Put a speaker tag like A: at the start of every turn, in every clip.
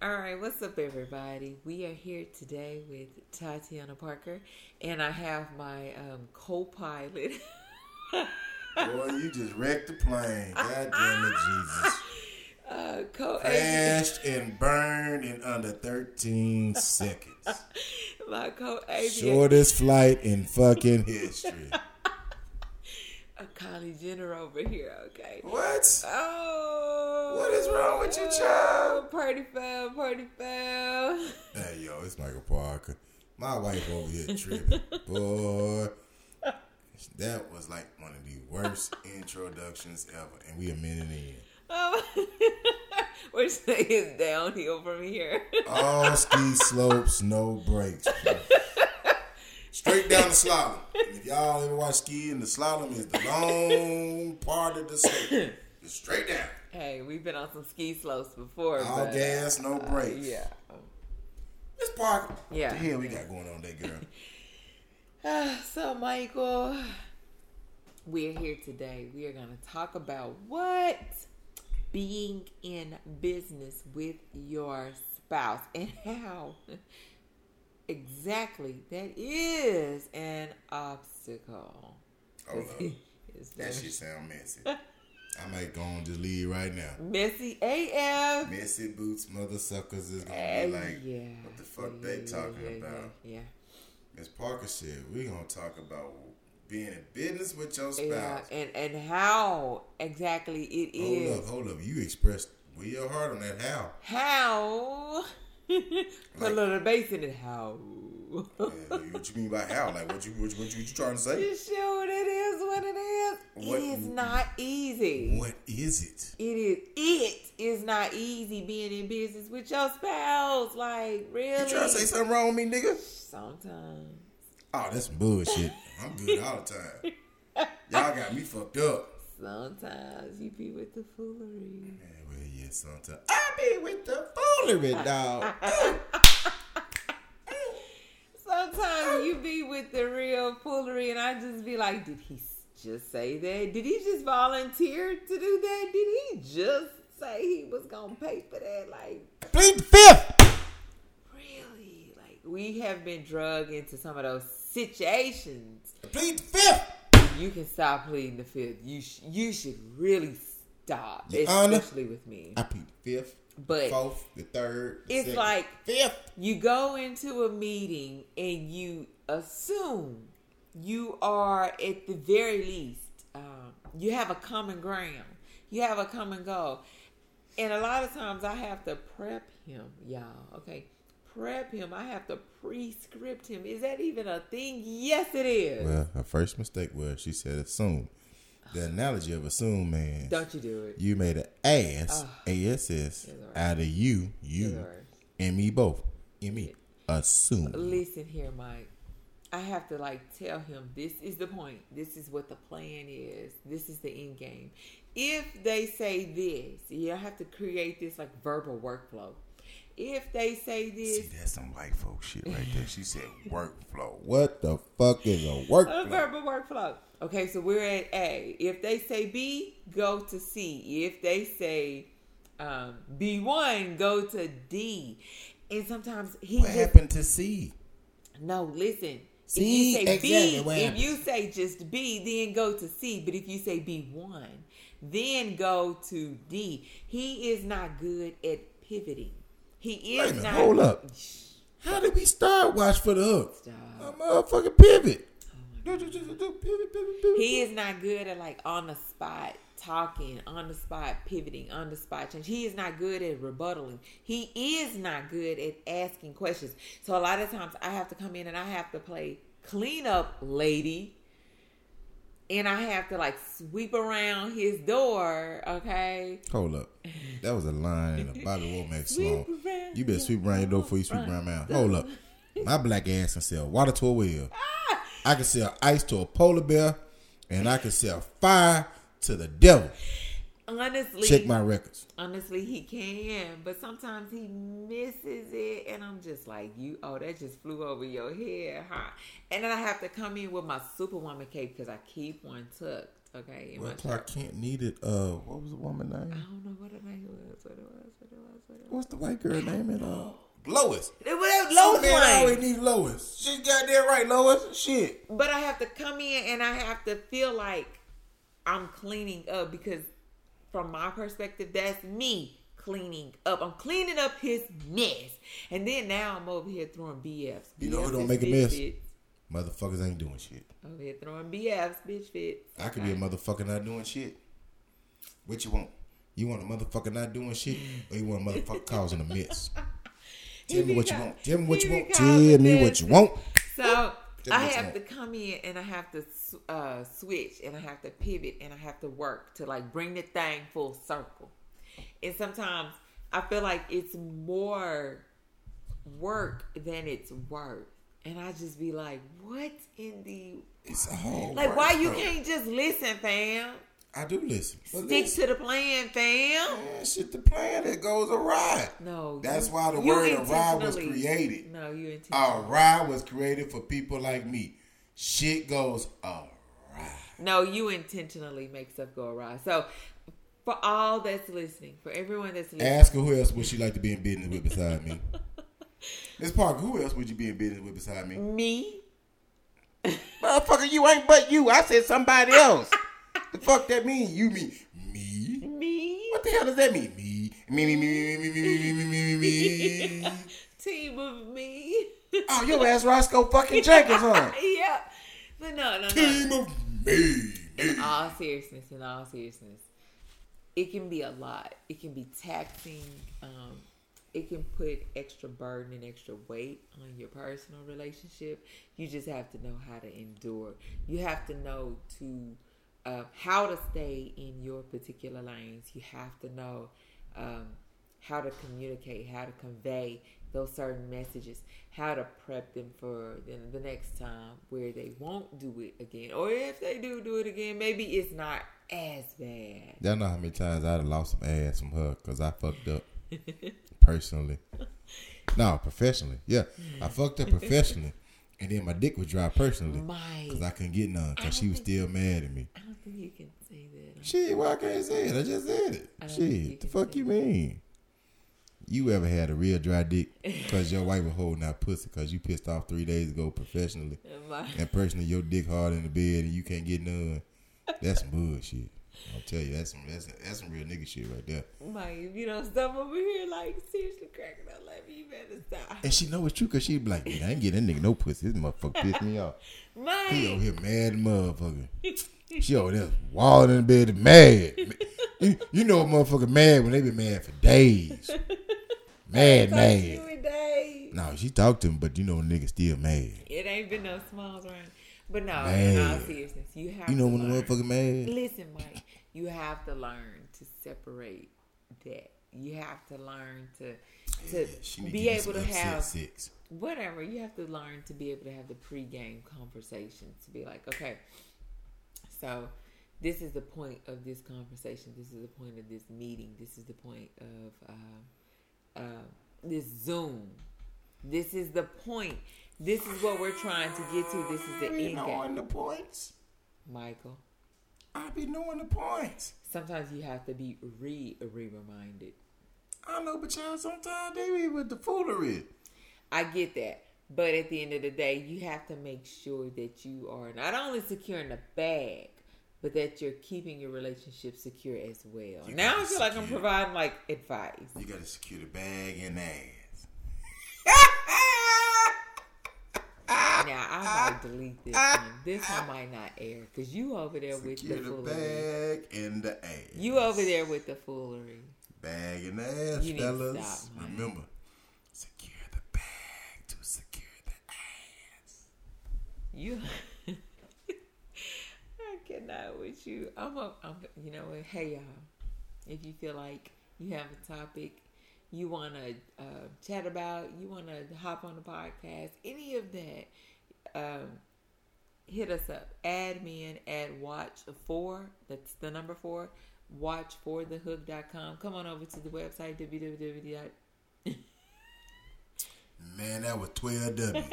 A: All right, what's up, everybody? We are here today with Tatiana Parker, and I have my um, co-pilot.
B: Boy, you just wrecked the plane. God damn it, Jesus.
A: Uh, co
B: Crashed and burned in under 13 seconds.
A: my co-aviator,
B: Shortest flight in fucking history.
A: uh, Kylie Jenner over here. Okay.
B: What?
A: Oh,
B: What is wrong with you, child?
A: Party foul, party foul.
B: Hey, yo, it's Michael Parker. My wife over here tripping. Boy, that was like one of the worst introductions ever. And we a minute in.
A: Um, we're saying it's downhill from here.
B: All ski slopes, no breaks. Straight down the slalom. And if y'all ever watch skiing, the slalom is the long part of the slope. It's straight down.
A: hey, we've been on some ski slopes before.
B: All
A: but,
B: gas, no
A: uh,
B: brakes.
A: yeah.
B: Miss Parker.
A: Yeah.
B: What the hell we got going on there, girl?
A: Ah, so, Michael, we're here today. We are going to talk about what being in business with your spouse and how exactly that is an obstacle.
B: Hold up.
A: It's
B: That shit sound messy. I might go on just leave right now.
A: messy AF.
B: Messy boots, mother suckers is gonna
A: Eh,
B: be like,
A: yeah.
B: what the fuck they
A: Yeah,
B: talking
A: yeah,
B: about?
A: Yeah.
B: Miss Parker said, we gonna talk about being in business with your spouse.
A: Yeah. And and how exactly it
B: Hold
A: is.
B: up, hold up. You expressed real hard on that how.
A: How put a
B: Like-
A: little bass in it. How
B: Yeah, what you mean by how? Like what you what you, what you, what you trying to say?
A: you sure it is what it is?
B: What-
A: it is not easy.
B: What is it?
A: It is it is not easy being in business with your spouse. Like really
B: You trying to say something wrong with me, nigga?
A: sometimes.
B: Oh, that's some bullshit. I'm good all the time. Y'all got me fucked up.
A: Sometimes you be with the foolery.
B: Yeah, well, yeah, sometimes I be with the foolery, dog.
A: Sometimes you be with the real foolery, and I just be like, did he s- just say that? Did he just volunteer to do that? Did he just say he was gonna pay for that? Like,
B: Plead the fifth.
A: really? Like, we have been drugged into some of those situations.
B: Plead the fifth.
A: You can stop pleading the fifth. You sh- you should really stop,
B: Your Honor.
A: especially with me.
B: I plead the fifth.
A: But-
B: fourth, the third. the
A: It's
B: second,
A: like-
B: fifth.
A: you go into a meeting and you assume you are at the very least um, you have a common ground you have a common goal and a lot of times i have to prep him y'all okay prep him i have to pre-script him is that even a thing yes it is
B: Well, her first mistake was she said assume. The analogy of assume, man.
A: don't you do it
B: You made an ass,
A: Ah.
B: ass,
A: Lord.
B: out of you, you,
A: Lord.
B: and me both. And me. Assume.
A: listen here, Mike. I have to like tell him this is the point. This is what the plan is. This is the end game. If they say this, you have to create this like verbal workflow. If they say this,
B: See, that's some white folk shit right there. She said workflow. What the fuck is a
A: a
B: workflow?
A: verbal workflow. Okay, so we're at A. If they say B, go to C. If they say um, B1, go to D. And sometimes he
B: What
A: just
B: happened to C?
A: No, listen. if you
B: See,
A: say
B: exactly
A: B,
B: what
A: if
B: happened.
A: you say just B, then go to C. But if you say B one, then go to D. He is not good at pivoting. He
B: Wait a
A: is
B: minute,
A: not.
B: hold up.
A: Shh,
B: How did we start Watch for the Hook?
A: stop.
B: A motherfucking pivot. Do, do, do, do, pivot, pivot, pivot.
A: He is not good at like on the spot talking, on the spot pivoting, on the spot change. He is not good at rebuttaling. He is not good at asking questions. So a lot of times I have to come in and I have to play cleanup lady. And I have to like sweep around his door, okay?
B: Hold up. That was a line in a Bobby Womack
A: Sweep
B: song.
A: around
B: You better sweep around your door before you sweep around mine. Hold up. My black ass can sell water to a well. I can sell ice to a polar bear. And I can sell fire to the devil.
A: Honestly,
B: Check my records.
A: honestly he can but sometimes he misses it and i'm just like you oh that just flew over your head huh and then i have to come in with my superwoman cape because i keep one tucked Okay, in
B: Well,
A: my
B: Clark Kent needed uh, what was the woman
A: I
B: name?
A: don't know what it was. What it was. What it was. What it was.
B: What's the white girl name? And uh, Lois.
A: It was
B: Lois man, I
A: that Lois
B: always
A: one.
B: need Lois. She got that right, Lois. Shit.
A: But I have to come in and I have to feel like I'm cleaning up because, from my perspective, that's me cleaning up. I'm cleaning up his mess, and then now I'm over here throwing BFs.
B: You know who
A: BFs
B: don't
A: is
B: make a
A: bitch
B: mess?
A: fits.
B: Motherfuckers ain't doing shit.
A: Over here throwing BFs, bitch fits.
B: I could be a motherfucker not doing shit. What you want? You want a motherfucker not doing shit, or you want a motherfucker causing a mess? Tell me what you want. Tell me what you want. Tell me what you want.
A: So
B: Just
A: I
B: mix
A: have
B: it
A: to
B: up.
A: come in and I have to s- uh, switch and I have to pivot and I have to work to like bring the thing full circle. And sometimes I feel like it's more work than it's worth. And I just be like, what in the
B: It's a whole
A: like?
B: work,
A: Why you
B: bro.
A: can't just listen, fam?
B: I do listen. But
A: Stick
B: listen,
A: to the plan, fam.
B: man, shit, the plan that goes awry.
A: No,
B: That's
A: you-
B: why the
A: you
B: word awry was
A: intentionally-
B: created. Oh.
A: No, you intentionally.
B: Awry was created for people like me. Shit goes awry.
A: No, you intentionally make stuff go awry. So, for all that's listening, for everyone that's listening,
B: Ask her who else would she like to be in business with beside me. Miss Parker, who else would you be in business with beside me?
A: me,
B: Motherfucker, you ain't but you. I said somebody else. the fuck that mean? You mean me?
A: me,
B: What the hell does that mean? Me, me, me, me, me, me, me, me, me, me, me.
A: team of me.
B: oh, your ass Roscoe fucking Jenkins, huh?
A: yeah. But no, no, no.
B: Team of me. me.
A: In all seriousness, in all seriousness, it can be a lot. It can be taxing. Um, it can put extra burden and extra weight on your personal relationship. You just have to know how to endure. You have to know to uh, how to stay in your particular lanes. You have to know um, how to communicate, how to convey those certain messages, how to prep them for the, the next time where they won't do it again, or if they do do it again, maybe it's not as bad.
B: Y'all know how many times I'd have lost some ass from her because I fucked up personally. No, professionally. Yeah, I fucked up professionally, and then my dick was dry personally
A: Mike,
B: because I couldn't get none because she was still mad at me.
A: I don't think you can say that.
B: Shit, why I can't say it? I just said it.
A: I don't think you
B: Shit, the
A: can
B: fuck
A: say
B: you mean? You ever had a real dry dick because your wife was holding out pussy because you pissed off three days ago professionally
A: Mike,
B: and personally your dick hard in the bed and you can't get none? That's some bullshit. I'll tell you, that's some that's, that's some real nigga shit right there.
A: Mike, if you don't stop over here, like seriously cracking up, like you better stop.
B: And she know it's true because she be like, "Man, I ain't getting that nigga no pussy. This motherfucker pissed me off. He over
A: Mike,
B: here mad motherfucker. She over there wild in the bed mad. You, you know a motherfucker mad when they been mad for days. Mad,
A: talk to you
B: mad.
A: and Dave.
B: No, she talked to him, but you know a nigga still mad.
A: It ain't been no smiles around. But no, in all
B: Man.
A: seriousness, you have
B: You know
A: to
B: when the
A: learn.
B: motherfucker mad?
A: Listen, Mike, you have to learn to separate that. You have to learn to to be able to have
B: six.
A: whatever. You have to learn to be able to have the pregame conversation to be like, okay, so this is the point of this conversation. This is the point of this meeting. This is the point of uh, uh, this Zoom. This is the point. This is what we're trying to get to. This is the
B: be
A: end game,
B: knowing the points.
A: Michael.
B: I be knowing the points.
A: sometimes you have to be re re reminded.
B: I know, but y'all sometimes they be with the foolery.
A: I get that. But at the end of the day, you have to make sure that you are not only securing the bag, but that you're keeping your relationship secure as well.
B: You
A: now I
B: gotta
A: feel like I'm
B: secure.
A: providing like advice.
B: You gotta secure the bag and ass.
A: Now I might delete this one. This one might not air because you over there with the
B: Secure the
A: foolery.
B: bag and the ass.
A: You over there with the foolery.
B: Bag and ass,
A: You need to
B: fellas.
A: stop, Mike.
B: Remember, secure the bag to secure the ass.
A: You. I cannot with you. I'm a. I'm. You know what? Hey y'all. If you feel like you have a topic you want to uh, chat about, you want to hop on the podcast, any of that, um, hit us up. Admin at watch four. That's the number four. Watch for the hook.com. Come on over to the website www.
B: Man, that was 12 W's.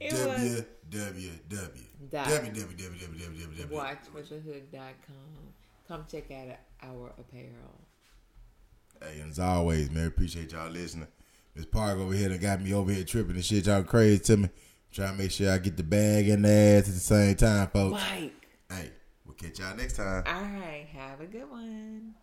A: It was
B: www.
A: Dot.
B: www.
A: watchforthehood.com. Come check out our apparel.
B: Hey, and as always, man, appreciate y'all listening. Miss Park over here that got me over here tripping and shit. Y'all crazy to me. Try to make sure I get the bag and the ass at the same time, folks.
A: Mike.
B: Hey, we'll catch y'all next time.
A: All right. Have a good one.